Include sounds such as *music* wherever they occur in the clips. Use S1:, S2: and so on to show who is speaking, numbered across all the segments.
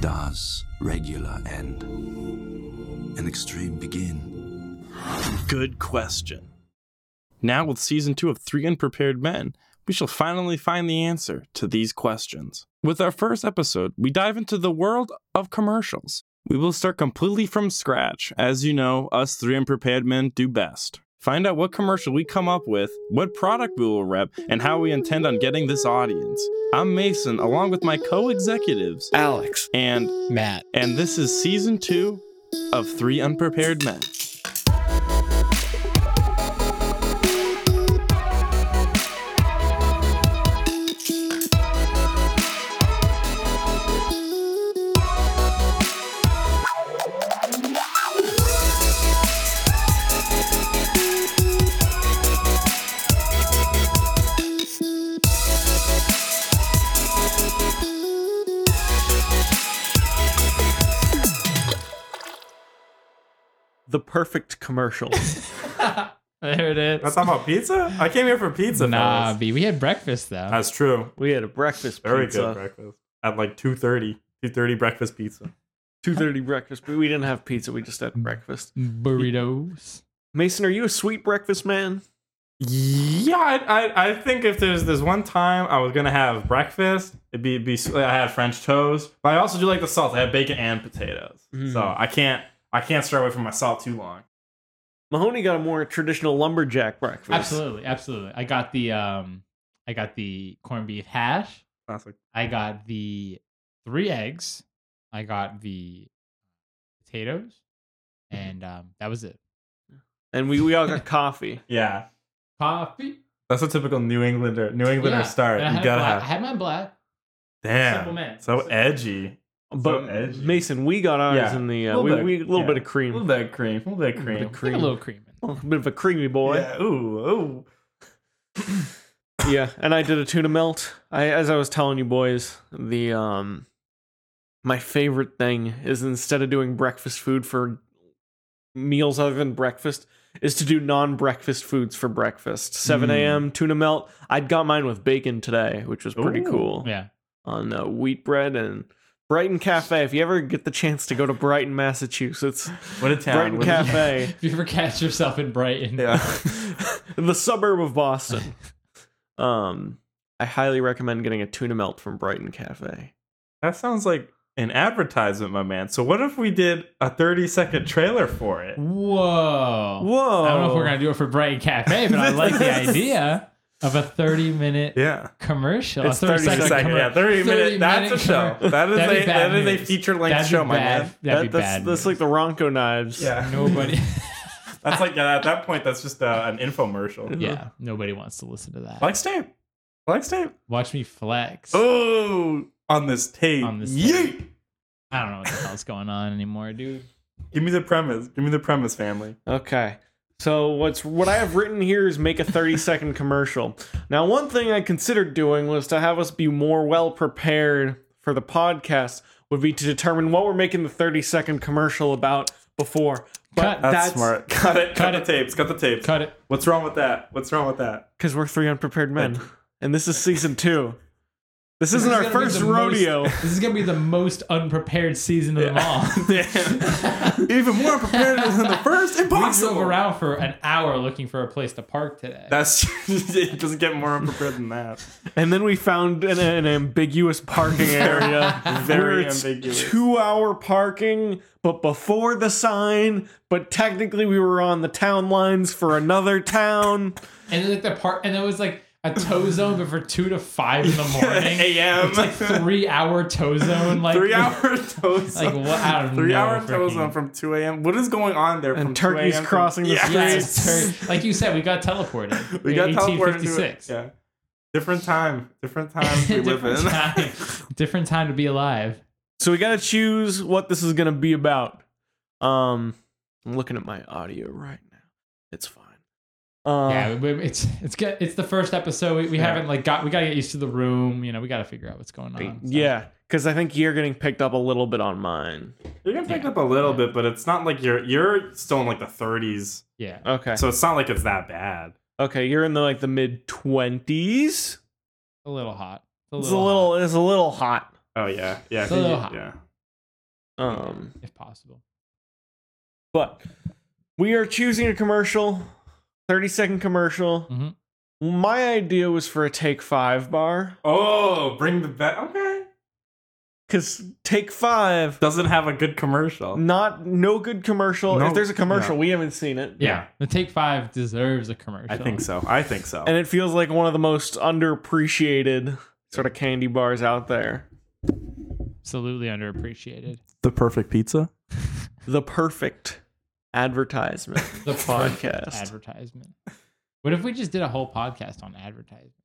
S1: does regular end and extreme begin?
S2: Good question. Now, with season two of Three Unprepared Men, we shall finally find the answer to these questions. With our first episode, we dive into the world of commercials. We will start completely from scratch, as you know, us three unprepared men do best. Find out what commercial we come up with, what product we will rep, and how we intend on getting this audience. I'm Mason, along with my co executives,
S3: Alex,
S2: and
S3: Matt,
S2: and this is season two of Three Unprepared Men.
S4: the
S5: *laughs*
S4: perfect commercial.
S6: There it is.
S5: That's not about pizza? I came here for pizza.
S6: nah,
S5: fellas.
S6: B. We had breakfast though.
S5: That's true.
S4: we had a breakfast
S5: Very
S4: pizza.
S5: good breakfast. At like 2.30. 2.30 breakfast pizza.
S4: 2:30 breakfast, but we didn't have pizza. We just had breakfast.
S6: Burritos.
S4: Mason, are you a sweet breakfast man?
S5: Yeah, I, I, I think if there's this one time I was gonna have breakfast, it'd be, it'd be I had French toast, but I also do like the salt. I have bacon and potatoes,
S4: Mm.
S5: so I can't I can't stray away from my salt too long.
S4: Mahoney got a more traditional lumberjack breakfast.
S6: Absolutely, absolutely. I got the um, I got the corned beef hash.
S5: Classic.
S6: I got the three eggs. I got the potatoes,
S5: Mm-hmm.
S6: and um, that was it.
S4: And we, we all
S5: *laughs*
S4: got coffee.
S5: Yeah,
S6: Coffee.
S5: that's a typical New Englander New Englander
S6: Yeah,
S5: start.
S6: *laughs* and I
S5: You
S6: had
S5: gotta
S6: black- I
S5: have
S6: had my black. Simple
S5: damn
S6: man.
S5: so
S6: Simple-
S5: edgy.
S4: But
S5: edgy.
S4: Mason, we got ours
S5: Yeah.
S4: in the uh,
S5: Little
S4: we,
S5: bit.
S4: we a little
S5: Yeah.
S4: bit of cream,
S5: A little bit of cream, a little bit of cream.
S6: Put a little cream. in.
S4: Oh, a bit of a creamy boy.
S5: Yeah, ooh, ooh.
S4: yeah and i did a tuna melt i as i was telling you boys the um my favorite thing is instead of doing breakfast food for meals other than breakfast is to do non-breakfast foods for breakfast 7
S5: Mm.
S4: a.m tuna melt i'd got mine with bacon today which was pretty
S5: Ooh.
S4: cool
S6: Yeah. *laughs*
S4: on uh, wheat bread and brighton cafe if you ever get the chance to go to brighton massachusetts
S5: What a town. *laughs*
S4: brighton
S5: what a-
S4: cafe
S6: If you ever catch yourself in Brighton,
S4: *laughs* the suburb of Boston. Um, I highly recommend getting a tuna melt from Brighton Cafe.
S5: That sounds like an advertisement, my man. So what if we did a 30 second trailer for it?
S6: Whoa.
S4: Whoa!
S6: I don't know if we're gonna do it for Brighton Cafe,
S5: *laughs*
S6: but I like the idea of a thirty-minute
S5: Yeah.
S6: commercial.
S4: It's
S6: a 30
S4: 30
S6: second
S4: second,
S6: commercial.
S5: yeah, 30 minute- that's a show. That is
S6: That'd be
S5: a-
S6: bad
S5: that is a
S6: news.
S5: feature-length
S6: That'd be
S5: show, my
S6: bad-
S5: man.
S6: That'd
S4: That-
S6: be
S4: that's
S6: bad.
S4: that's like
S6: news.
S4: the
S6: *laughs*
S4: Ronco knives.
S5: Yeah.
S6: *laughs* nobody.
S5: *laughs* That's like yeah, at that point, that's just uh, an infomercial.
S6: yeah, nobody wants to listen to that.
S5: Flex tape. Flex tape.
S6: Watch me flex.
S5: Oh, on this tape.
S6: On this
S5: Yeet.
S6: I don't know what the hell's going on anymore, dude.
S5: Give me the premise. Give me the premise, family.
S4: Okay. So what's what I have written here is make a 30 second commercial. Now, one thing I considered doing was to have us be more well prepared for the podcast would be to determine what we're making the 30 second commercial about before.
S6: Cut.
S4: But
S5: That's, smart. *laughs* Cut it. Cut,
S6: Cut
S5: the
S6: it.
S5: tapes. Cut the tapes.
S6: Cut it.
S5: What's wrong with that? What's wrong with that?
S4: Because we're three unprepared men. And this is season two. This isn't our
S6: gonna be
S4: first
S6: the most- *laughs*
S4: rodeo.
S6: this is gonna be the most unprepared season
S5: *laughs*
S6: of them all.
S5: Damn. Even more unprepared than the first.
S6: We drove
S5: Impossible.
S6: around for an hour looking for a place to park today.
S5: That's it doesn't get more unprepared than that.
S4: And then we found an, an
S5: *laughs*
S4: ambiguous parking area. where
S5: Very
S4: it's
S5: ambiguous.
S4: Two hour parking, but before the sign, but technically we were on the town lines for another town.
S6: and then like the park, and it was like a tow zone, but for two to
S5: *laughs*
S6: five in the morning.
S5: AM.
S6: It's like three hour tow zone.
S5: *laughs*
S6: Like
S5: three hour toes.
S6: Like what? I don't
S5: Three
S6: know.
S5: hour toes
S6: freaking-
S5: on from 2 a.m. What is going on there?
S4: And
S5: from 2
S4: turkeys
S5: a.m. to-
S4: crossing the
S6: Yeah,
S4: streets.
S6: it's ter- like you said, we got teleported.
S5: We got teleported to it.
S6: 1856.
S5: Yeah. Different time. Different time
S6: *laughs*
S5: we live
S6: different
S5: in.
S6: time. different time to be alive.
S4: So we gotta choose what this is gonna be about. Um I'm looking at my audio right now. It's fine. Uh,
S6: yeah, we- we- it's it's good. It's the first episode. We, we haven't like got. We gotta get used to the room. You know, we gotta figure out what's going on. so.
S4: Yeah, because I think you're getting picked up a little bit on mine.
S5: *laughs* You're gonna pick up a little bit, but it's not like you're you're still in like the 30s,
S6: yeah.
S4: Okay.
S5: so it's not like it's that bad.
S4: okay, you're in the like the mid twenties.
S6: A little hot.
S4: It's a little. It's a little hot.
S5: Oh yeah, yeah,
S6: It's a little hot.
S5: yeah.
S4: Um,
S6: if possible.
S4: but we are choosing a commercial, 30 second commercial.
S6: Mhm.
S5: Mm-hmm.
S4: My idea was for a take five bar
S5: Oh, bring the bet. Okay.
S4: because take five,
S5: Doesn't have a good commercial.
S4: not no good commercial.
S5: No-
S4: if there's a commercial, we haven't seen it.
S6: Yeah. The Take Five deserves a commercial.
S5: I think so. I think so.
S4: And it feels like one of the most underappreciated sort of candy bars out there.
S6: Absolutely underappreciated.
S2: The perfect pizza.
S4: The perfect
S5: *laughs*
S4: advertisement.
S6: The
S4: Podcast.
S6: advertisement. What if we just did a whole podcast on advertisements?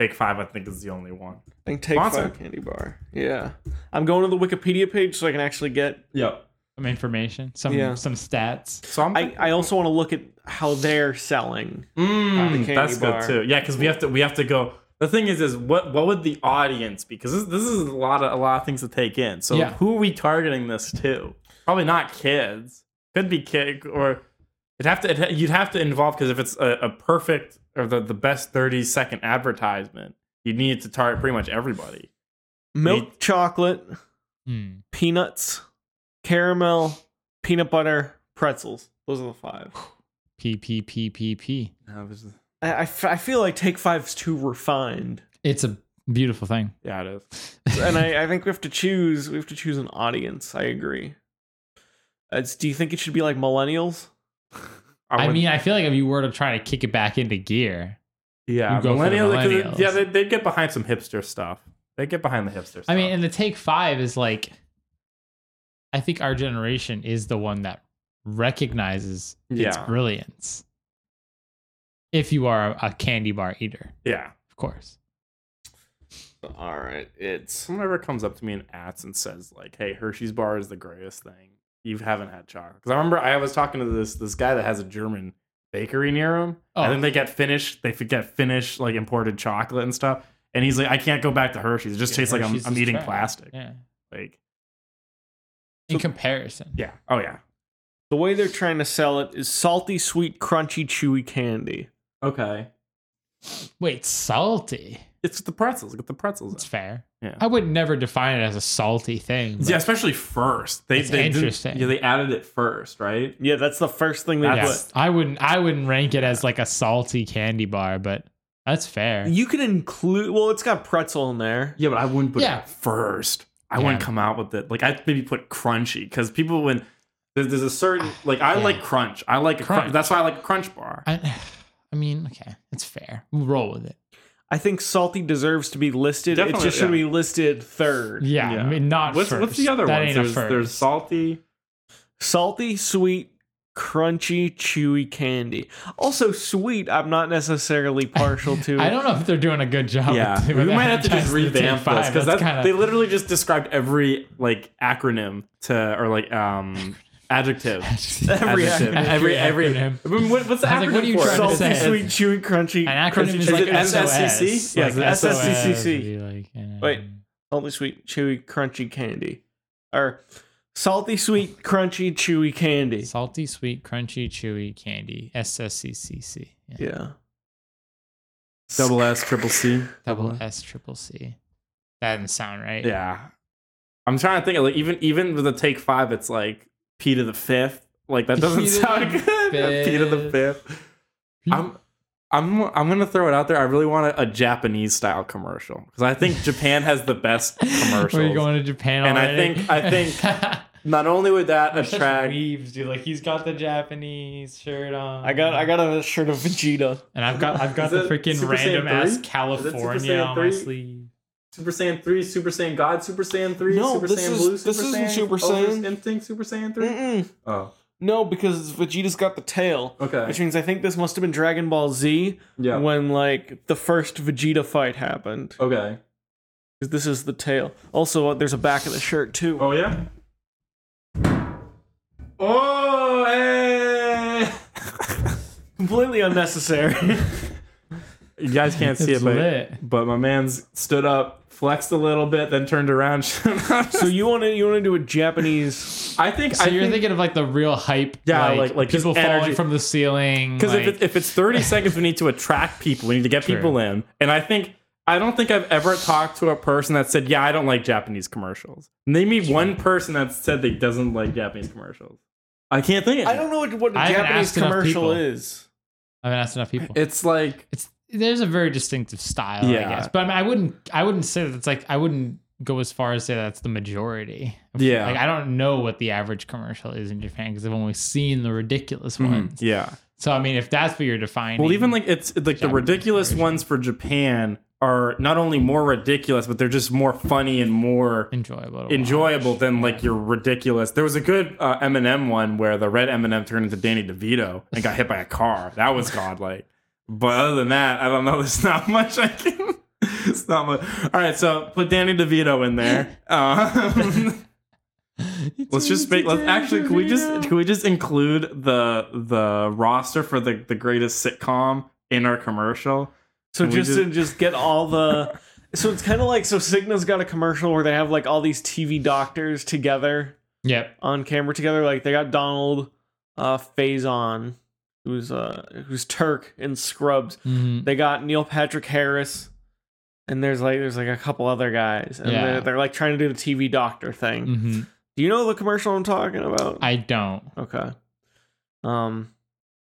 S5: Take five, I think, is the only one.
S4: I think take
S5: Sponsor.
S4: five candy bar. Yeah. I'm going to the Wikipedia page so I can actually get
S5: Yep.
S6: Some information, some
S4: Yeah.
S6: some stats.
S5: So I'm.
S4: I, I also want to look at how they're selling.
S5: Mm,
S4: candy
S5: that's
S4: bar.
S5: good too. Yeah, because we have to we have to go. The thing is, is what what would the audience? Because this, this is a lot of a lot of things to take in. So
S6: Yeah.
S5: who are we targeting this to? Probably not kids. Could be kid or it'd have to it, you'd have to involve because if it's a, a perfect or the, the best thirty second advertisement, you would need it to target pretty much everybody. Mm.
S4: Milk chocolate,
S6: Hmm.
S4: peanuts, caramel, peanut butter, pretzels. Those are the five.
S6: P P P P P.
S4: I, I f- I feel like take five's too refined.
S6: It's a beautiful thing.
S5: Yeah, it is.
S4: and I, I think we have to choose we have to choose an audience. I agree. It's, do you think it should be like millennials?
S6: I
S5: would-
S6: mean, *laughs* I feel like if you were to try to kick it back into gear,
S5: yeah,
S6: you go for the
S5: millennials. 'cause it- Yeah,
S6: millennials.
S5: they they get behind some hipster stuff. They get behind the hipster. stuff.
S6: I mean, and the Take Five is like, I think our generation is the one that recognizes its
S5: Yeah.
S6: brilliance. If you are a candy bar eater,
S5: yeah.
S6: of course.
S4: All right, it's
S5: someone ever comes up to me and asks and says like, "Hey, Hershey's bar is the greatest thing. You haven't had chocolate." Because I remember I was talking to this this guy that has a German bakery near him.
S6: Oh.
S5: I think they get Finnish. They f- get Finnish like imported chocolate and stuff. And he's like, "I can't go back to Hershey's. It just tastes like I'm,
S6: Hershey's
S5: I'm
S6: is
S5: eating
S6: trash.
S5: plastic."
S6: Yeah.
S5: Like,
S6: In comparison,
S5: yeah, oh yeah,
S4: the way they're trying to sell it is salty, sweet, crunchy, chewy candy.
S5: okay.
S6: wait, salty.
S5: It's the pretzels. Get the pretzels.
S6: That's
S5: in.
S6: fair.
S5: Yeah.
S6: I would never define it as a salty thing. but
S5: Yeah, especially first. They
S6: It's
S5: they didn't-
S6: interesting.
S5: yeah they added it first, right?
S4: Yeah, that's the first thing they
S6: yeah,
S5: That's-
S4: put.
S6: I wouldn't. I wouldn't rank it as like a salty candy bar, but that's fair.
S4: You can include. Well, it's got pretzel in there.
S5: Yeah, but I wouldn't put
S6: Yeah.
S5: it first. I
S6: Yeah.
S5: wouldn't come out with it. Like I'd maybe put crunchy because people when there's, there's a certain like I
S6: Ah, Yeah.
S5: like crunch. I like a crunch.
S6: Crunch.
S5: That's why I like a crunch bar.
S6: I, I mean, okay, it's fair. We'll roll with it.
S4: I think salty deserves to be listed. it
S5: Definitely,
S4: just
S5: yeah.
S4: should be listed third.
S6: Yeah,
S5: Yeah.
S6: I mean, not
S5: What's,
S6: first.
S5: what's the other
S6: that
S5: ones?
S6: Ain't a
S5: There's,
S6: first.
S5: there's salty.
S4: Salty, sweet, crunchy, chewy candy. Also, sweet. I'm not necessarily partial to.
S6: *laughs* I don't know if they're doing a good job.
S5: Yeah,
S6: *laughs* with,
S5: we
S6: with
S5: might have to just
S6: advertising the Take
S5: revamp
S6: Five.
S5: this because that's,
S6: kinda- *laughs*
S5: they literally just described every like acronym to or like um
S6: *laughs*
S5: adjective.
S4: Every
S5: Adjective. *laughs*
S4: acronym.
S5: every every.
S6: Acronym.
S5: I mean, what- what's the
S6: I was
S5: acronym
S6: like, what are you
S5: for? it?
S6: trying to
S4: salty,
S6: say?
S4: sweet, chewy, crunchy.
S6: An acronym
S4: crunchy,
S6: is
S4: chewy.
S6: like
S5: it SSCC?
S6: SSCC.
S5: Yeah,
S6: like
S5: it's an
S4: SSCC.
S6: like, um,
S4: Wait. salty, sweet, chewy, crunchy candy, or salty, sweet, crunchy, chewy candy.
S6: Salty, sweet, crunchy, chewy candy. SSCCC. Yeah.
S4: Yeah.
S5: Double S, triple C.
S6: Double S, triple C. That doesn't sound right.
S5: Uh-huh. Yeah. I'm trying to think of like even even with the take five, it's like P to the fifth. Like that doesn't
S6: P to
S5: sound
S6: the
S5: good. *laughs* P to the fifth.
S6: P- *laughs*
S5: I'm I'm I'm gonna throw it out there. I really want a, a Japanese style commercial. Because I think Japan has the
S4: *laughs*
S5: best commercials.
S6: Were you going to Japan
S5: And I
S6: already?
S5: think- I
S6: *laughs*
S5: think- Not only would that
S6: Such
S5: attract
S6: weaves, dude. Like he's got the Japanese shirt on.
S4: I got I got a shirt of Vegeta.
S6: and I've got I've got
S5: Is
S6: the
S5: it
S6: freaking
S5: Super Saiyan
S6: random ass
S5: 3?
S6: California
S5: Saiyan
S6: on my
S5: 3?
S6: sleeve.
S5: Super Saiyan 3, Super Saiyan God, Super Saiyan 3,
S4: No,
S5: Super
S4: this
S5: Saiyan
S4: is-
S5: Blue,
S4: this
S5: Super
S4: isn't
S5: Saiyan
S4: Super
S5: Ultra
S4: Saiyan.
S5: Instinct, Super Saiyan 3.
S4: Mm-mm.
S5: Oh.
S4: No, because Vegeta's got the tail,
S5: Okay.
S4: which means I think this must have been Dragon Ball Z
S5: Yeah.
S4: when like the first Vegeta fight happened.
S5: okay.
S4: 'Cause This is the tail. Also, uh, there's a back of the shirt too.
S5: Oh yeah. Oh hey!
S4: Completely *laughs* unnecessary.
S5: you guys can't see
S6: It's
S5: it, but,
S6: lit.
S5: but my man's stood up, flexed a little bit, then turned around. *laughs*
S4: so you want to you want to do a Japanese?
S5: I think
S6: So
S5: I
S6: you're
S5: think,
S6: thinking of like the real hype.
S5: Yeah,
S6: like,
S5: like- like just
S6: people falling
S5: energy.
S6: from the ceiling.
S5: because
S6: Because
S5: if, it, if it's 30 seconds, we need to attract people. We need to get people in, and I think I don't think I've ever talked to a person that said, "Yeah, I don't like Japanese commercials." Name me one person that said they doesn't like Japanese commercials. I can't think. Of
S4: I don't know what, what a
S6: I haven't
S4: Japanese
S6: asked enough
S4: commercial
S6: people.
S4: is.
S6: I haven't asked enough people.
S5: It's like
S6: It's there's a very distinctive style, I
S5: Yeah.
S6: guess. But I, mean, I wouldn't I wouldn't say that it's like I wouldn't go as far as say that's the majority.
S5: Yeah.
S6: Like I don't know what the average commercial is in Japan because I've only seen the ridiculous
S5: Mm-hmm.
S6: ones.
S5: yeah.
S6: So I mean, if that's what you're defining,
S5: Well, even like it's like the
S6: Japanese
S5: ridiculous
S6: version.
S5: ones for Japan are not only more ridiculous, but they're just more funny and more
S6: enjoyable, to
S5: enjoyable
S6: watch.
S5: than like your ridiculous. There was a good uh, Eminem one where the red Eminem turned into Danny DeVito and got hit by a car. That was godlike. But other than that, I don't know. *laughs* There's not much I can. It's not much. All right, so put Danny DeVito in there. Um, *laughs* let's just make. Let's actually. Can we just? Can we just include the the roster for the the greatest sitcom in our commercial?
S4: So
S5: We
S4: just to
S5: just-
S4: just get all *laughs* the. So it's kind of like so Cigna's got a commercial where they have like all these TV doctors together
S6: Yep.
S4: on camera together. Like they got Donald uh, Faison, who's uh who's Turk in Scrubs.
S6: Mhm.
S4: They got Neil Patrick Harris, and there's like there's like a couple other guys, and
S6: Yeah.
S4: they're, they're like trying to do the TV doctor thing.
S6: Mhm.
S4: Do you know the commercial I'm talking about?
S6: I don't.
S4: okay. Um,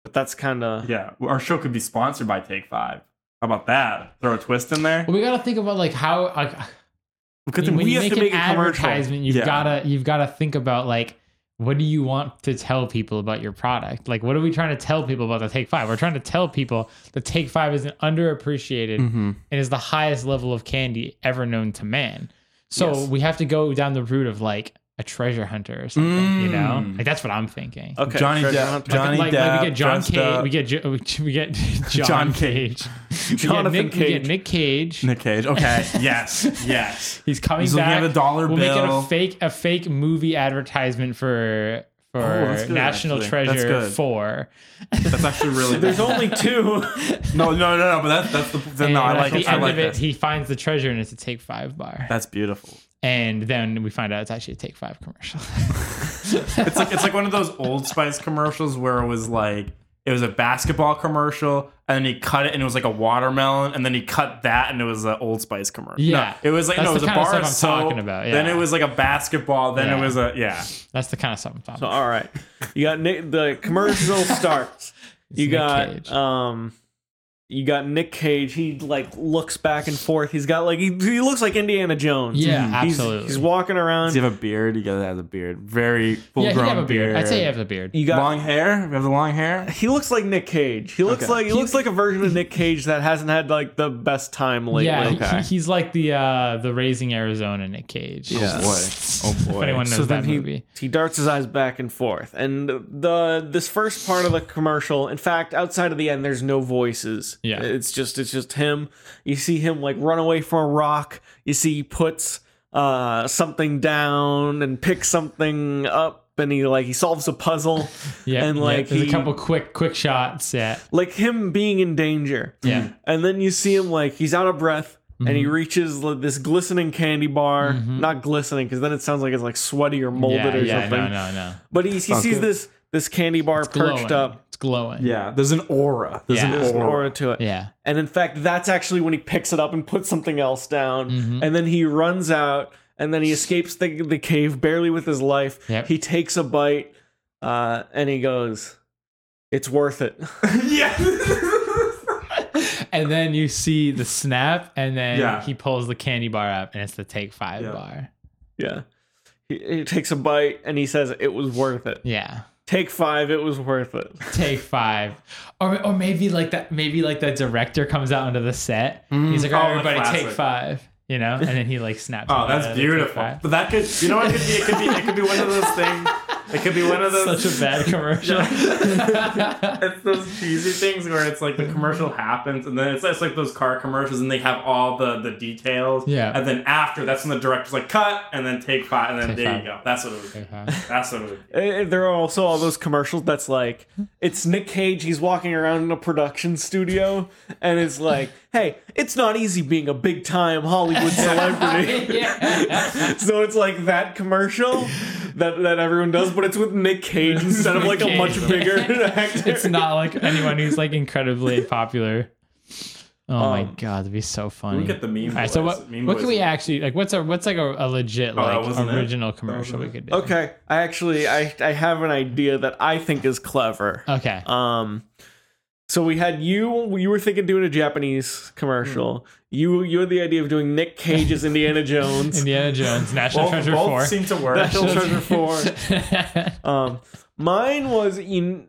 S4: but that's kind of
S5: Yeah, our show could be sponsored by Take Five. How about that? Throw a twist in there.
S6: Well, we got to think about like how like,
S5: Because
S6: when
S5: we
S6: you
S5: have
S6: make
S5: to
S6: an
S5: make a commercial.
S6: advertisement, you've
S5: Yeah.
S6: gotta you've gotta think about like what do you want to tell people about your product? Like, what are we trying to tell people about the Take Five? We're trying to tell people that Take Five is an underappreciated
S5: Mm.
S6: and is the highest level of candy ever known to man. So
S4: Yes.
S6: we have to go down the route of like a treasure hunter or something. You know,
S5: Mm.
S6: like that's what I'm thinking.
S4: okay.
S5: Johnny
S4: Treasure
S5: Depp,
S4: Hunter.
S5: Johnny
S6: like, like we
S5: Depp
S6: get John
S5: dressed
S6: Cage,
S5: up.
S6: we get jo- *laughs* we
S5: *laughs*
S6: get John,
S5: John
S6: Cage, We get
S4: Jonathan
S6: Nick- we get
S4: Cage.
S6: Nick Cage.
S5: Nick Cage.
S6: *laughs*
S5: Okay. Yes. yes.
S6: He's coming
S5: He's looking
S6: back.
S5: at a dollar
S6: we'll make it
S5: bill.
S6: a fake a fake movie advertisement for for
S5: Oh, that's good,
S6: National
S5: actually. That's
S6: Treasure
S5: good.
S6: Four.
S5: That's actually really.
S4: There's only two.
S5: *laughs* no, no, no, no. But that's that's the. then no, I
S6: And
S5: like
S6: at the
S5: it. I
S6: end
S5: like
S6: of it,
S5: this.
S6: he finds the treasure and it's a Take Five bar,
S5: That's beautiful.
S6: and then we find out it's actually a Take Five commercial. *laughs*
S5: It's like it's like one of those Old Spice commercials where it was like it was a basketball commercial and then he cut it and it was like a watermelon and then he cut that and it was an Old Spice commercial. No,
S6: Yeah.
S5: it was like
S6: That's
S5: no, it
S6: the
S5: was a
S6: kind of
S5: bar
S6: stuff I'm
S5: soap,
S6: talking about,
S5: Then
S6: yeah.
S5: it was like a basketball. Then
S6: Yeah.
S5: it was a yeah.
S6: That's the kind of stuff I'm talking
S4: So
S6: about.
S4: all right, you got Nick, the commercial starts.
S6: It's
S4: You
S6: Nick
S4: got
S6: Cage.
S4: um, you got Nick Cage. He like looks back and forth. He's got like he, he looks like Indiana Jones.
S6: yeah,
S4: He's-
S6: absolutely.
S4: He's, walking around.
S5: Does he have a beard? You gotta have a beard. Very full
S6: yeah, he
S5: grown
S6: have a beard. I'd say he have a beard.
S4: You got
S5: long hair. We have the long
S6: *laughs*
S5: hair.
S4: he looks like Nick Cage. He looks
S5: Okay.
S4: like he, looks like a version of Nick Cage that hasn't had like the best time lately.
S6: yeah, he-
S4: Okay.
S6: he, he's like the uh the Raising Arizona Nick Cage.
S4: Yeah.
S5: Oh boy.
S6: If anyone knows
S4: So then
S6: that
S4: he
S6: movie.
S4: he darts his eyes back and forth, and the this first part of the commercial. In fact, outside of the end, there's no voices.
S6: Yeah.
S4: it's just it's just him. You see him like run away from a rock. You see he puts uh something down and picks something up, and he like he solves
S6: *laughs*
S4: a puzzle.
S6: Yeah,
S4: and
S6: yeah,
S4: like
S6: there's
S4: he-
S6: a couple quick quick shots. Yeah,
S4: like him being in danger.
S6: yeah. Mm-hmm.
S4: And then you see him like he's out of breath and he reaches like, this glistening candy bar. Not glistening because then it sounds like it's like sweaty or molded
S6: yeah,
S4: or
S6: yeah,
S4: something.
S6: No, no, no.
S4: But he, he sees
S5: good.
S4: this this candy bar perched
S6: glowing.
S4: up.
S6: It's glowing.
S5: Yeah. There's an aura. There's an
S6: Yeah.
S4: There's an
S5: aura. *laughs*
S4: aura to it.
S6: Yeah.
S4: And in fact, that's actually when he picks it up and puts something else down.
S6: Mhm.
S4: And then he runs out and then he escapes the, the cave barely with his life.
S6: Yep.
S4: He takes a bite uh, and he goes, It's worth it. *laughs*
S6: *laughs* And then you see the snap, and then
S5: Yeah.
S6: he pulls the candy bar up, and it's the take five
S5: Yeah.
S6: bar.
S4: yeah. He, he takes a bite and he says, It was worth it.
S6: Yeah.
S4: Take five, it was worth it.
S6: Take five. Or, or maybe like that, maybe like the director comes out onto the set. He's like,
S5: Mm.
S6: all right,
S5: Oh, the
S6: everybody, take
S5: classic.
S6: five. You know? And then
S5: *laughs*
S6: he like snaps.
S5: Oh,
S6: out of
S5: that's
S6: the take
S5: beautiful.
S6: five.
S5: But that could, you know, what it could be. It could be. It could be one of those things. It could be one of those.
S6: Such a *laughs* bad commercial.
S5: *laughs* it's those cheesy things where it's like the commercial happens, and then it's, it's like those car commercials, and they have all the the details.
S6: Yeah.
S5: And then after, that's when the director's like, "Cut," and then take five, and then
S6: Take
S5: there
S6: five.
S5: you go. That's what it was.
S6: Take five. Mm.
S5: That's what it was.
S4: Uh, There are also all those commercials that's like, it's Nick Cage, he's walking around in a production studio, and it's like, hey, it's not easy being a big time Hollywood celebrity.
S6: *laughs* yeah.
S4: so it's like that commercial that, that everyone does, but it's with Nick Cage instead of like a much bigger actor.
S5: *laughs*
S6: It's not like anyone who's like incredibly popular. Oh my
S5: Um,
S6: god, that'd be so funny.
S5: We get the meme.
S6: All right, so
S5: boys-
S6: what?
S5: meme
S6: What can
S5: boys. Oh,
S6: we actually like? What's a what's like a, a legit
S5: that
S6: like
S5: wasn't it.
S6: original
S5: That
S6: commercial
S5: wasn't
S6: we
S5: it.
S6: could do?
S4: Okay, I actually I I have an idea that I think is clever.
S6: Okay.
S5: *laughs*
S4: Um, so we had you. You were thinking doing a Japanese commercial. You you had the idea of doing Nick Cage's Indiana Jones,
S5: *laughs*
S6: Indiana Jones, National
S5: Both,
S6: Treasure
S5: both
S6: Four. Uh-huh.
S5: seem to work. *laughs*
S6: *laughs*
S4: National
S6: National
S4: Treasure Four. Um, mine was in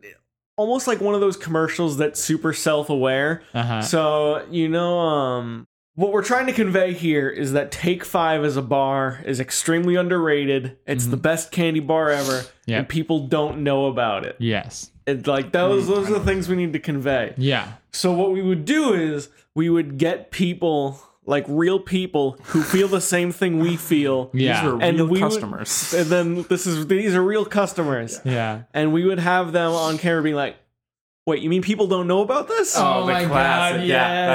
S4: almost like one of those commercials that's super self aware.
S5: Uh,
S6: uh-huh.
S4: So you know, um, what we're trying to convey here is that Take Five as a bar is extremely underrated. It's
S6: Mm-hmm.
S4: the best candy bar ever,
S6: Yep.
S4: and people don't know about it.
S6: Yes.
S4: It's like
S6: Mm-hmm.
S4: those those are the things we need to convey.
S6: Yeah.
S4: So what we would do is we would get people like real people who feel the same thing we feel.
S6: *laughs* Yeah.
S5: These were
S4: And
S5: real
S4: we would-
S5: customers.
S4: And then this is these are real customers.
S6: yeah.
S4: And we would have them on camera being like, "Wait, you mean people don't know about this?"
S6: Oh,
S5: the
S6: my
S5: classic. Yeah,
S6: god.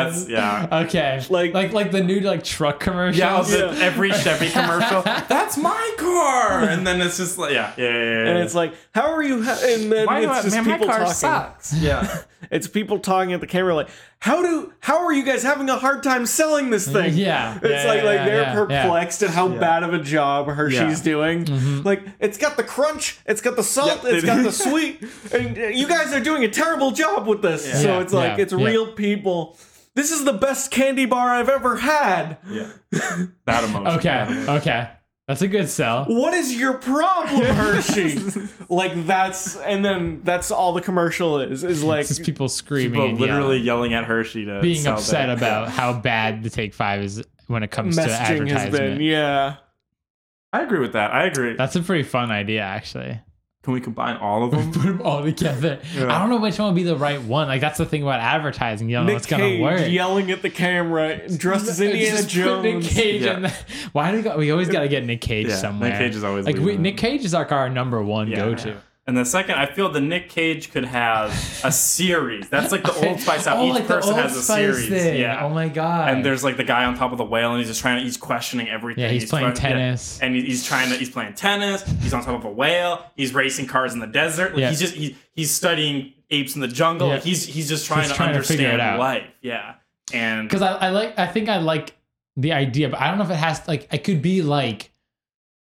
S6: yes.
S5: that's-
S4: *laughs*
S5: yeah.
S6: Okay.
S4: Like-
S6: like like the new like truck commercials.
S5: Yeah, I'll
S4: Yeah.
S5: do every Chevy
S4: *laughs*
S5: commercial. That's my car, and then it's just like, yeah, yeah, yeah. yeah,
S4: And
S5: yeah.
S4: it's like, "How are you?" ha-" And then
S5: Why do
S4: it's
S5: I,
S4: just
S5: man, my
S4: people
S5: car
S4: talking.
S5: sucks. Yeah,
S4: It's people talking at the camera like, "How do? How are you guys having a hard time selling this thing?"
S6: Mm, Yeah.
S4: It's
S6: Yeah,
S4: like
S6: yeah,
S4: like
S6: yeah,
S4: they're
S6: yeah, yeah. Mm-hmm.
S4: perplexed at how bad of a job Hershey's
S5: Yeah.
S4: doing. Like it's got the crunch, it's got the salt,
S5: Yep,
S4: it's
S5: they
S4: got
S5: do.
S4: the sweet, and uh, you guys are doing a terrible job with this. So
S6: Yeah,
S4: it's like
S6: yeah,
S4: it's
S6: yeah.
S4: real people. This is the best candy bar I've ever had. *laughs*
S5: yeah. That emotion.
S6: Okay. Okay. That's a good sell.
S4: What is
S6: *laughs*
S4: your problem, Hershey? like that's and then that's all the commercial is is like
S6: It's just people screaming
S5: People
S6: and
S5: literally
S6: yelling,
S5: yelling at Hershey to
S6: being
S5: sell
S6: upset
S5: that.
S6: about how bad the Take Five is when it comes to
S4: messaging
S6: advertisement.
S4: has been. Yeah.
S5: I agree with that. I agree.
S6: That's a pretty fun idea, actually. *laughs*
S5: Can we combine all of them?
S6: Put them all together. I don't know which one would be the right one. Like that's the thing about advertising. You don't know
S4: Nick
S6: what's gonna
S4: Cage
S6: Oh, work.
S4: yelling at the camera, dressed
S6: *laughs*
S4: as
S6: It's *laughs*
S4: Indiana
S6: just put
S4: Jones.
S6: Nick Cage
S5: Yeah.
S6: in there. *laughs* Why do we, got- we always got to get Nick Cage
S5: Yeah, Nick
S6: somewhere?
S5: Cage is always
S6: like we,
S5: leading.
S6: Nick Cage is like our number one
S5: Yeah.
S6: go to.
S5: And the second, I feel the Nick Cage could have a series. That's
S6: *laughs*
S5: like the Old Spice. How
S6: Oh,
S5: each
S6: like the
S5: person
S6: Old
S5: has a
S6: Spice
S5: series.
S6: thing.
S5: Yeah.
S6: Oh my god.
S5: And there's like the guy on top of the whale, and he's just trying to. He's questioning everything.
S6: Yeah, he's playing
S5: trying-
S6: tennis.
S5: and he- he's trying to. He's playing tennis. He's on top of a whale. He's racing cars in the desert. Like
S6: Yeah.
S5: he's just he, he's studying apes in the jungle.
S6: Yeah.
S5: Like he's he's just trying
S6: He's
S5: to
S6: trying to
S5: understand
S6: figure it out.
S5: life. Yeah, and
S6: because I, I like I think I like the idea, but I don't know if it has like it could be like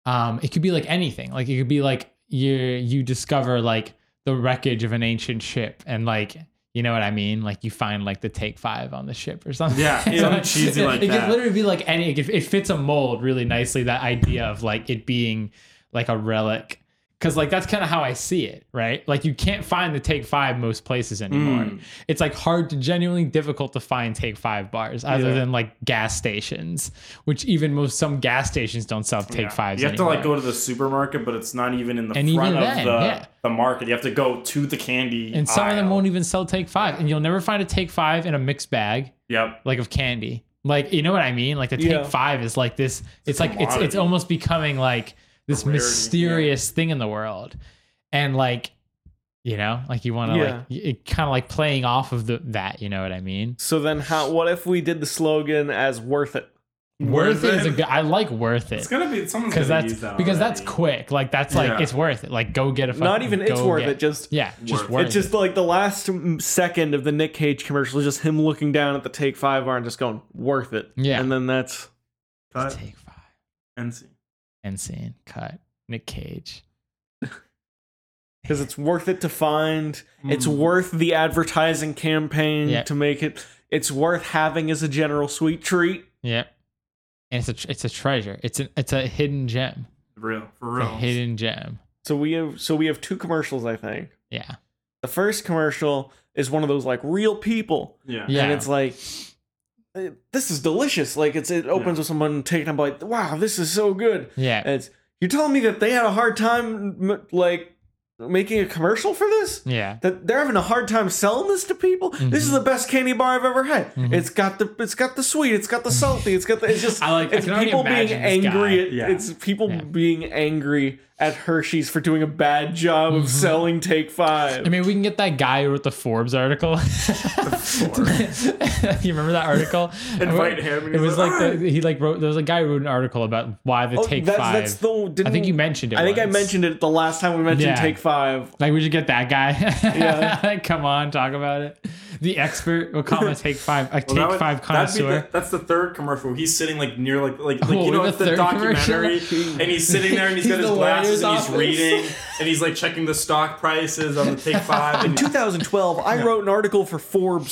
S6: um it could be like anything. Like it could be like you you discover like the wreckage of an ancient ship and like you know what I mean? Like you find like the take five on the ship or something.
S5: Yeah,
S6: *laughs* So,
S5: something cheesy
S6: it,
S5: like
S6: it could
S5: that.
S6: literally be like any it, it fits a mold really nicely, that idea of like it being like a relic. Cause like that's kind of how I see it, right? Like you can't find the take five most places anymore
S5: Mm.
S6: it's like hard to genuinely difficult to find take five bars other
S5: Yeah.
S6: than like gas stations which even most some gas stations don't sell take
S5: Yeah.
S6: fives
S5: You have to like go
S6: anymore.
S5: to the supermarket, but it's not even in the
S6: And
S5: front
S6: even
S5: of
S6: then,
S5: the,
S6: yeah.
S5: the market. You have to go to the candy.
S6: and some of them
S5: aisle.
S6: won't even sell take five and you'll never find a take five in a mixed bag
S5: Yep.
S6: like of candy like you know what i mean like the take
S4: Yeah.
S6: five is like this it's like it's it's
S5: commodity.
S6: almost becoming like this
S5: rarity, yeah.
S6: mysterious thing in the world and like you know like you want to
S4: Yeah.
S6: like it kind of like playing off of the that you know what i mean
S4: So then, how? What if we did the slogan as "worth it"?
S5: Worth
S6: worth, it is a
S5: it.
S6: good i like worth it
S5: It's gonna be someone's
S6: because
S5: gonna
S6: that's
S5: use that
S6: because that's
S5: already.
S6: quick. Like that's like
S5: Yeah.
S6: it's worth it. Like go get a. Fucking,
S4: Not even it's
S6: go
S4: worth
S6: get-
S4: it. Just
S6: yeah, just
S5: Worth it.
S6: worth
S4: it's just like the last m- second of the Nick Cage commercial is just him looking down at the Take Five bar and just going "worth it."
S6: Yeah.
S4: and then that's
S6: it.
S5: Cut
S6: take five
S5: and see.
S6: and scene cut. Nick Cage.
S4: because it's worth it to find. It's worth the advertising campaign
S6: Mm. Yeah.
S4: to make it. It's worth having as a general sweet treat.
S6: Yep. And it's a tr- it's a treasure. It's an it's a hidden gem.
S5: For real. For
S6: It's a
S5: real.
S6: hidden gem.
S4: So we have so we have two commercials. I think
S6: Yeah.
S4: the first commercial is one of those like real people
S5: Yeah.
S6: Yeah.
S4: and it's like eh, this is delicious like it's it opens with someone taking a bite wow this is so good
S6: Yeah.
S4: and it's you're telling me that they had a hard time m- like making a commercial for this
S6: Yeah.
S4: that they're having a hard time selling this to people this
S6: Mm-hmm.
S4: is the best candy bar i've ever had it's got the it's got the sweet it's got the salty it's got the it's
S6: *laughs*
S4: just
S6: I like- I
S4: it's
S6: can already
S4: people being
S6: imagine this
S4: angry
S6: guy.
S4: at,
S5: Yeah.
S4: it's people
S6: Yeah.
S4: being angry at hershey's for doing a bad job
S6: Mm-hmm.
S4: of selling take five
S6: I mean, we can get that guy who wrote the Forbes *laughs* article. you remember
S5: *laughs*
S6: that article?
S5: Invite him, and
S6: It
S5: he's
S6: was
S5: like, "Ah!"
S6: like the, he like wrote. There was a guy who wrote an article about why the
S4: Oh,
S6: Take
S4: that's,
S6: Five.
S4: That's the. Didn't,
S6: I think you mentioned it.
S4: I think I
S6: once.
S4: mentioned it the last time we mentioned
S6: Yeah.
S4: Take Five.
S6: *laughs* Like we should get that guy.
S4: Yeah.
S6: Come on, talk about it. the expert. We'll call him a take five. A
S5: *laughs* Well, that
S6: take
S5: would-
S6: five
S5: that'd be
S6: connoisseur.
S5: the- that's the third commercial. where He's sitting like near like like, like
S6: Oh,
S5: you know
S6: the
S5: it's the
S6: third commercial? *laughs*
S5: documentary, and he's sitting there and he's got
S6: He's
S5: his
S6: the
S5: glasses
S6: lawyer's
S5: and he's
S6: office.
S5: reading and he's like checking the stock prices on the
S6: *laughs*
S5: Take Five. And
S4: 2012, I wrote an article for Forbes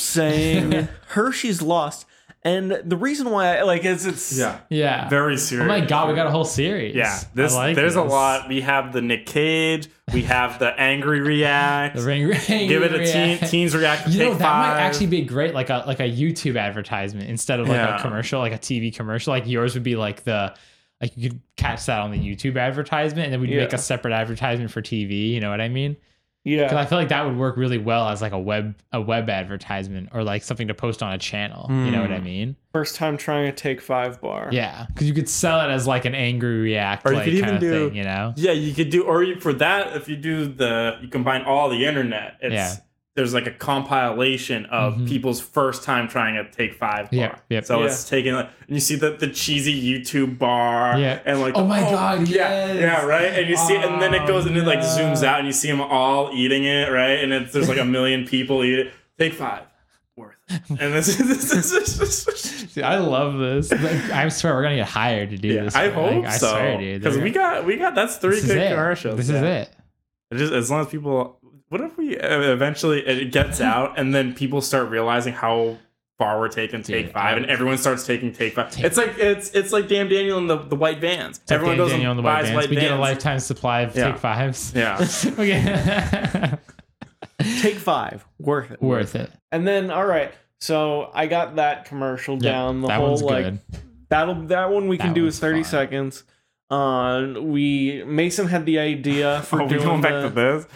S6: *laughs*
S4: saying Hershey's lost, and the reason why, I, like, is it's
S5: yeah,
S6: yeah.
S5: very
S6: oh
S5: serious.
S6: my god, we got a whole series.
S5: Yeah,
S6: I
S5: this
S6: like
S5: there's a
S6: this.
S5: lot. We have the Nick Cage, we have the Angry React.
S6: *laughs* The ring ring.
S5: Give it a teen,
S6: *laughs* react.
S5: teens react. To
S6: You
S5: take
S6: know that
S5: five.
S6: might actually be great, like a like a YouTube advertisement instead of like
S5: Yeah.
S6: a commercial, like a TV commercial. Like yours would be like the like you could catch that on the YouTube advertisement, and then we'd make
S4: Yeah.
S6: a separate advertisement for TV. You know what I mean? Because
S4: yeah.
S6: I feel like that would work really well as like a web a web advertisement or like something to post on a channel. You know what
S5: Hmm.
S6: I mean?
S4: First time trying a Take Five bar.
S6: Yeah, because you could sell it as like an angry react,
S5: Or you
S6: like
S5: could
S6: kind
S5: even
S6: of
S5: do-
S6: thing.
S5: *laughs*
S6: You know?
S5: Yeah, you could do, or you, for that, if you do the, you combine all the internet. It's,
S6: Yeah.
S5: There's like a compilation of
S6: Mhm.
S5: people's first time trying a take five bar.
S6: Yep, yep.
S5: So it's taking, like, and you see the, the cheesy YouTube bar.
S6: Yeah.
S5: And like,
S6: Oh my God, yes.
S5: Yeah, right? And you see, and then it
S6: Oh,
S5: goes and it like
S6: no.
S5: zooms out and you see them all eating it, right? And it's, there's like a million people eat it. Take five. Worth
S6: *laughs*
S5: it. And this is, this is, this is
S6: Dude, I love this. Like, *laughs* I swear we're gonna get hired to do
S5: yeah,
S6: this.
S5: I
S6: man. Like,
S5: hope
S6: I
S5: so.
S6: swear, dude.
S5: Because
S6: They're
S5: we
S6: gonna-
S5: got, we got, that's three
S6: this
S5: good
S6: is it.
S5: commercials.
S6: This
S5: yeah.
S6: is it.
S5: It Just as long as people, what if we uh, eventually it
S6: *laughs*
S5: gets out and then people start realizing how far we're taking take
S6: Dude,
S5: five, and
S6: I-
S5: everyone starts taking take five. it's like it's it's like damn Daniel and the, the white vans.
S6: It's like
S5: everyone
S6: Dan-
S5: goes
S6: Daniel
S5: and
S6: the White
S5: buys
S6: Vans.
S5: white
S6: We
S5: vans.
S6: get a lifetime supply of
S5: Yeah.
S6: take fives.
S5: Yeah.
S6: *laughs*
S5: *laughs*
S6: okay.
S4: Take Five, worth it.
S6: *laughs* Worth it.
S4: And then, all right, so I got that commercial
S6: Yeah,
S4: down. The
S6: that
S4: whole
S6: one's
S4: like
S6: good.
S4: that'll that one we
S6: That
S4: can do
S6: one's
S4: is 30
S6: fine.
S4: seconds. Uh, we Mason had the
S6: *laughs*
S4: idea for
S5: Are we
S4: doing
S5: going back
S4: the-
S5: to this?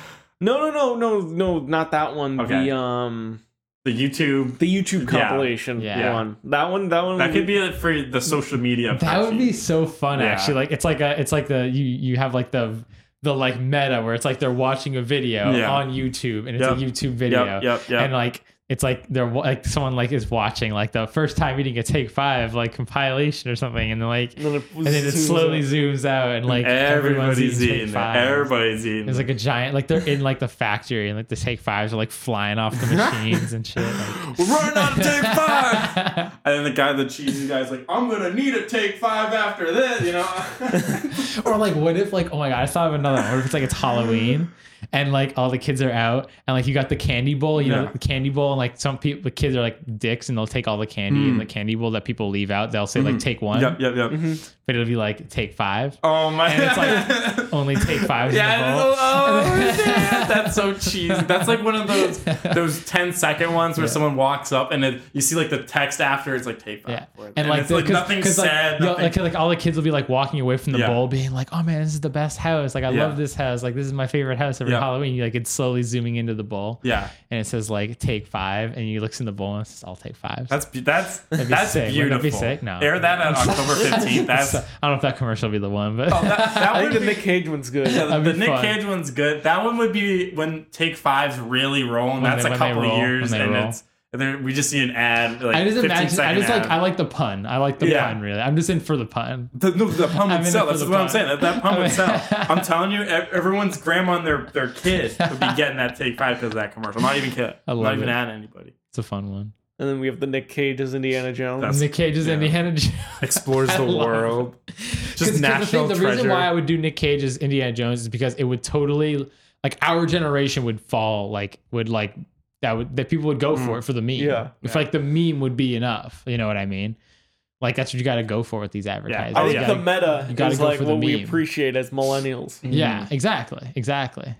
S4: no, no, no, no, no, not that one.
S5: Okay.
S4: The um
S5: The YouTube.
S4: the YouTube
S5: Yeah.
S4: compilation
S6: Yeah.
S4: one. That one. That one.
S5: That could be for the social media.
S6: That would be
S5: spreadsheet.
S6: so fun,
S5: Yeah.
S6: actually. Like it's like a, it's like the you you have like the the like meta where it's like they're watching a video
S5: Yeah.
S6: on YouTube and it's
S5: Yep.
S6: a YouTube video.
S5: Yep, yep, yep.
S6: And like it's like they're wa- like someone like is watching like the first time eating a take five like compilation or something, and then like
S4: And then it,
S6: and then it slowly zooms out and like everyone's
S5: everybody's
S6: eating
S5: eating.
S6: take
S5: it.
S6: fives.
S5: Everybody's eating.
S6: There's
S5: it.
S6: like a giant like they're in like the factory and like the take fives are like flying off the *laughs* machines and shit. Like,
S5: We're running out of take five. And then the guy, the cheesy guy's like, I'm gonna need a take five after this, you
S6: *laughs*
S5: know?
S6: *laughs* Or like, what if like, oh my god, I thought of another one. What if it's like it's Halloween and like all the kids are out and like you got the candy bowl, you
S5: Yeah.
S6: know, the candy bowl, and like some people, the kids are like dicks and they'll take all the candy and the candy bowl that people leave out. They'll say like take one,
S5: yep, yep, yep.
S4: Mm-hmm.
S6: but it'll be like take five.
S5: Oh my!
S6: And
S5: *laughs*
S6: it's like only take five.
S5: yeah,
S6: *laughs* Yeah,
S5: it's-
S6: *laughs*
S5: oh, yeah, that's so cheesy. That's like one of those those 10 second ones where someone walks up and it, you see like the text after it's like tape.
S6: yeah,
S5: and,
S6: and like,
S5: it's
S6: the-
S5: like
S6: 'cause-
S5: nothing
S6: 'cause, like,
S5: said.
S6: yo,
S5: nothing.
S6: Like, like, all the kids will be like walking away from the
S5: Yeah.
S6: bowl, being like, "Oh man, this is the best house! Like I
S5: Yeah.
S6: love this house! Like this is my favorite house every
S5: Yeah.
S6: Halloween!" Like it's slowly zooming into the bowl.
S5: yeah,
S6: and it says like take five, and you looks in the bowl and it says I'll take five.
S5: that's be- that's
S6: be
S5: that's
S6: sick. Wouldn't
S5: beautiful.
S6: that be sick? No.
S5: Air that on
S6: *laughs*
S5: October 15th. That's Oh,
S6: I don't know if that commercial will be the one, but
S5: that, that
S4: I
S5: would
S4: think the
S5: be-
S4: Nick Cage one's good.
S5: Yeah, the
S6: That'd be
S5: Nick
S6: fun.
S5: Cage one's good. That one would be when Take Five's really rolling.
S6: When
S5: That's
S6: they-
S5: a
S6: when they
S5: couple
S6: roll,
S5: years,
S6: when they
S5: and
S6: roll.
S5: it's and there, we just see an ad. Like
S6: *laughs* I just
S5: 15
S6: imagine. I
S5: second
S6: just like
S5: ad.
S6: I like the pun. I like the
S5: Yeah.
S6: pun really. I'm just in for the pun.
S5: The, no, the
S6: *laughs*
S5: pump
S6: I'm
S5: would
S6: in
S5: sell.
S6: it for
S5: That's
S6: the
S5: what I'm
S6: pump.
S5: saying. That,
S6: *laughs*
S5: that pump
S6: I'm
S5: would
S6: in-
S5: sell. I'm telling you, ev- everyone's grandma and their, their kid would be getting that take five because of that commercial. I'm not even kidding.
S6: I
S5: I'm
S6: love
S5: not even
S6: it.
S5: at anybody.
S6: It's a fun one.
S4: And then we have the Nick Cage as Indiana Jones.
S5: That's-
S6: Nick Cage is
S5: yeah.
S6: Indiana Jones.
S5: *laughs* Explores
S6: *laughs* I
S5: the
S6: love
S5: world. Just
S6: Because the,
S5: national
S6: thing- the reason
S5: treasure.
S6: why I would do Nick Cage as Indiana Jones is because it would totally like our generation would fall like would like that would that people would go
S5: Mm.
S6: for it for the meme.
S4: Yeah.
S6: If like the meme would be enough, you know what I mean? Like that's what you got to go for with these advertisements.
S4: I
S5: Oh,
S6: You
S4: think
S5: yeah.
S6: gotta-
S4: the meta
S6: you gotta
S4: is
S6: go
S4: like
S6: for
S4: what
S6: the
S4: we
S6: meme.
S4: appreciate as millennials.
S6: Yeah, exactly, exactly.
S5: And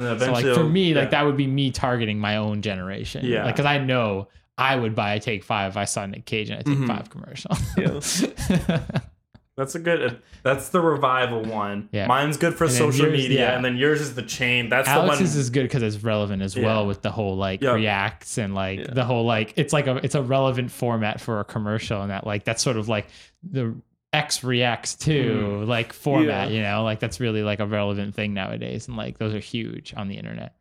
S6: So
S5: eventually
S6: like for
S5: it'll-
S6: me,
S5: yeah.
S6: like that would be me targeting my own generation.
S5: Yeah.
S6: because I know I would buy a Take Five if I saw Nick Cage in a Take
S5: Mhm.
S6: Five commercial.
S4: *laughs* Yeah.
S6: *laughs*
S5: That's a good. That's the revival one.
S6: Yeah.
S5: Mine's good for
S6: And then
S5: social
S6: yours-
S5: media,
S6: yeah.
S5: and then yours is the chain. That's the
S6: Alex's
S5: one.
S6: is good because it's relevant as
S5: Yeah.
S6: well with the whole like
S5: Yeah.
S6: reacts and like
S4: Yeah.
S6: the whole like it's like a it's a relevant format for a commercial and that like that's sort of like the X reacts to
S5: Hmm.
S6: like format,
S4: Yeah.
S6: you know, like that's really like a relevant thing nowadays and like those are huge on the internet.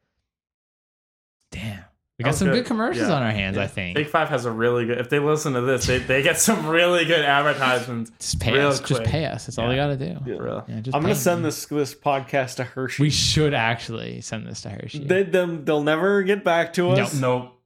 S6: Damn.
S5: That
S6: We got
S5: was
S6: some
S5: good.
S6: good, commercials
S5: Yeah.
S6: on our hands,
S5: Yeah.
S6: I think.
S5: Take Five has a really good. If they listen to this, they, they get some really good
S6: *laughs*
S5: advertisements.
S6: Just pay
S5: Real
S6: us. Just
S5: quick.
S6: pay us. That's all you gotta do.
S4: Yeah.
S5: For real.
S6: Yeah, just
S4: I'm
S6: pay
S4: gonna
S6: us.
S4: send this this podcast to
S6: *laughs*
S4: Hershey.
S6: We should actually send this to Hershey.
S4: They, them, they'll never get back to us.
S6: Nope.
S5: Nope.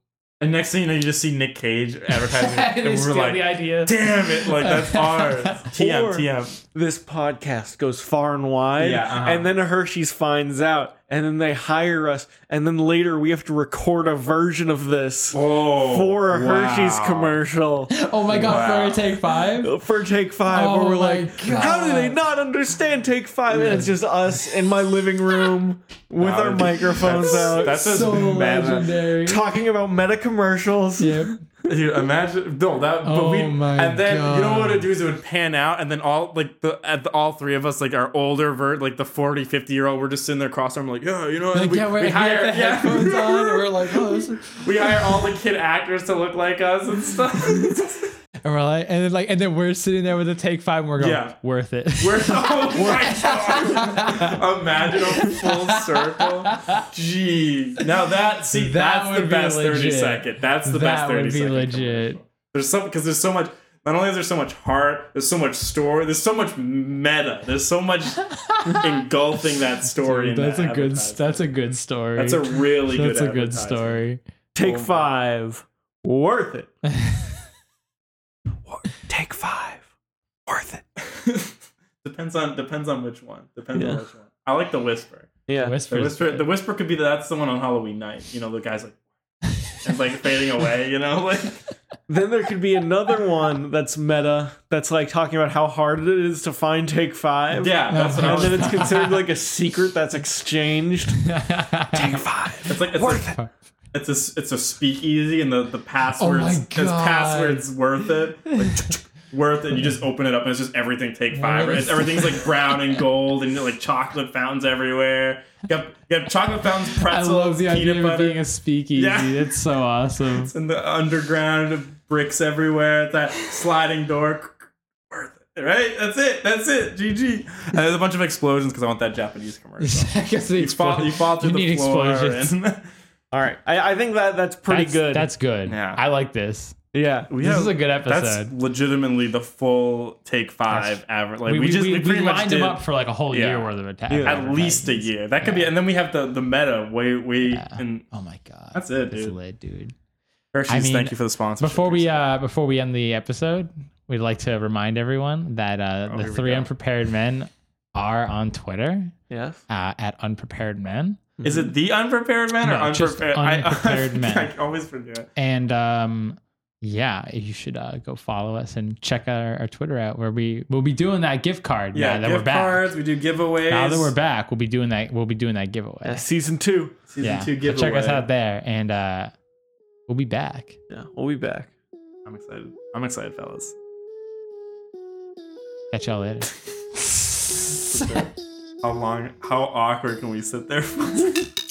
S5: And next thing you know, you just see Nick Cage
S6: *laughs*
S5: advertising, it,
S6: They
S5: and we're
S6: steal
S5: like,
S6: the idea.
S5: "Damn it! Like
S6: *laughs*
S5: that's ours." TM
S4: Or-
S5: TM.
S4: This podcast goes far and wide,
S5: Yeah, uh-huh.
S4: and then Hershey's finds out, and then they hire us, and then later we have to record a version of this
S5: Oh,
S4: for a Hershey's
S5: wow.
S4: commercial
S6: Oh my god,
S5: Wow.
S6: for a take five?
S4: for Take Five,
S6: Oh
S4: where we're
S6: my
S4: like, how do they
S6: God.
S4: not understand Take Five? And it's just us in my living room with
S5: That
S4: our
S5: would be-
S4: microphones
S5: that's-
S4: out,
S5: that's- This is
S6: so
S5: mad.
S6: legendary.
S4: talking about meta commercials.
S6: Yep.
S5: Dude, imagine no that. but
S6: Oh
S5: we,
S6: my
S5: and then you know
S6: God.
S5: what it do is it would pan out, and then all like the at the, all three of us like our older vert like the 40, 50 year old, we're just sitting there cross armed like yeah, you know
S6: Like,
S5: we,
S6: yeah, we're
S5: we
S6: we
S5: hire
S6: the
S5: *laughs* yeah.
S6: headphones on. And we're like, oh, this is-
S5: we hire all the kid actors to look like us and
S6: *laughs*
S5: stuff.
S6: and we're like, and then like, and then we're sitting there with a take five, and we're going,
S5: Yeah.
S6: worth it.
S5: We're
S6: *laughs*
S5: oh my god! Imagine a full circle. Jeez. Now that see
S6: That
S5: that's
S6: would
S5: the
S6: be
S5: best thirty
S6: legit.
S5: second. That's the best
S6: *laughs* that
S5: thirty
S6: would be
S5: second.
S6: legit.
S5: There's so because there's so much. Not only is there so much heart, there's so much story, there's so much meta, there's so
S6: *laughs*
S5: much engulfing that story. in
S6: That's a
S5: that
S6: good.
S5: advertisement.
S6: That's a good story.
S5: That's a really good.
S6: That's a good
S5: advertisement.
S6: story.
S4: Take Five,
S6: *laughs*
S4: worth it. Wor- Take Five, worth
S5: *laughs*
S4: it.
S5: depends on depends on which one. Depends on
S4: Yeah.
S5: which one. I like the whisper.
S4: Yeah.
S5: The
S6: Whispers.
S5: whisper. The whisper could be that that's the one on Halloween night. You know, the guy's like, and like fading away. You know,
S6: *laughs*
S5: like
S4: Then there could be another one that's meta, that's like talking about how hard it is to find Take Five.
S5: yeah, that's what I
S4: And
S5: was.
S4: then it's considered like a secret that's exchanged. Take Five.
S5: It's like it's like, it's a s- it's a speakeasy, and the the passwords
S6: Oh my
S5: it's
S6: God.
S5: passwords worth it. Like, *laughs* Worth it. You just open it up and it's just everything take five. It's, everything's like brown
S6: *laughs*
S5: and gold and like chocolate fountains everywhere. You have, you have chocolate fountains,
S6: I
S5: pretzels,
S6: love the idea
S5: peanut
S6: of it
S5: butter,
S6: being a speakeasy.
S5: Yeah.
S6: That's
S4: uh,
S6: so awesome.
S5: and the underground bricks everywhere. That sliding door. Worth it, right? That's it. That's it. GG. And there's a bunch of explosions because I want that Japanese
S6: *laughs*
S5: commercial.
S6: Because
S5: *laughs*
S6: they
S5: You fall, you fall through the
S6: need
S5: floor. *laughs*
S6: explosions.
S5: and-
S4: All right. I, I think that that's pretty
S6: that's,
S4: good.
S6: That's good.
S5: Yeah.
S6: I like this.
S4: yeah.
S5: We
S6: This
S5: have-
S6: is a good
S5: That's
S6: episode.
S5: legitimately the full take five average. Like we,
S6: we,
S5: just we,
S6: we,
S5: pretty much
S6: lined
S5: did
S6: them up for like a whole
S5: Yeah.
S6: year worth of attack.
S5: at least a year. That could be, and then we have the the meta. way way and
S6: Oh my god.
S5: That's it,
S6: That's
S5: dude.
S6: lit, dude.
S5: Hershey's.
S6: I mean,
S5: thank you for the sponsor.
S6: Before we uh before we end the episode, we'd like to remind everyone that uh
S5: Oh,
S6: the
S5: here we
S6: three
S5: go.
S6: unprepared men *laughs* are on Twitter
S4: Yes.
S6: uh, at unprepared men.
S5: is it the unprepared man or
S6: No, just
S5: unprepared?
S6: unprepared
S5: I, *laughs*
S6: men.
S5: I always forget.
S6: and um yeah you should uh, go follow us and check out our, our twitter out where we we'll be doing that gift card
S5: Yeah,
S6: now that
S5: gift
S6: we're back
S5: cards. We do giveaways.
S6: now that we're back we'll be doing that we'll be doing that giveaway
S4: Yeah, season two.
S5: season
S6: yeah
S5: two
S6: so
S5: giveaway.
S6: check us out there and uh we'll be back
S4: Yeah. We'll be back.
S5: I'm excited. I'm excited, fellas.
S6: catch y'all later
S5: How long? How awkward can we sit there? for?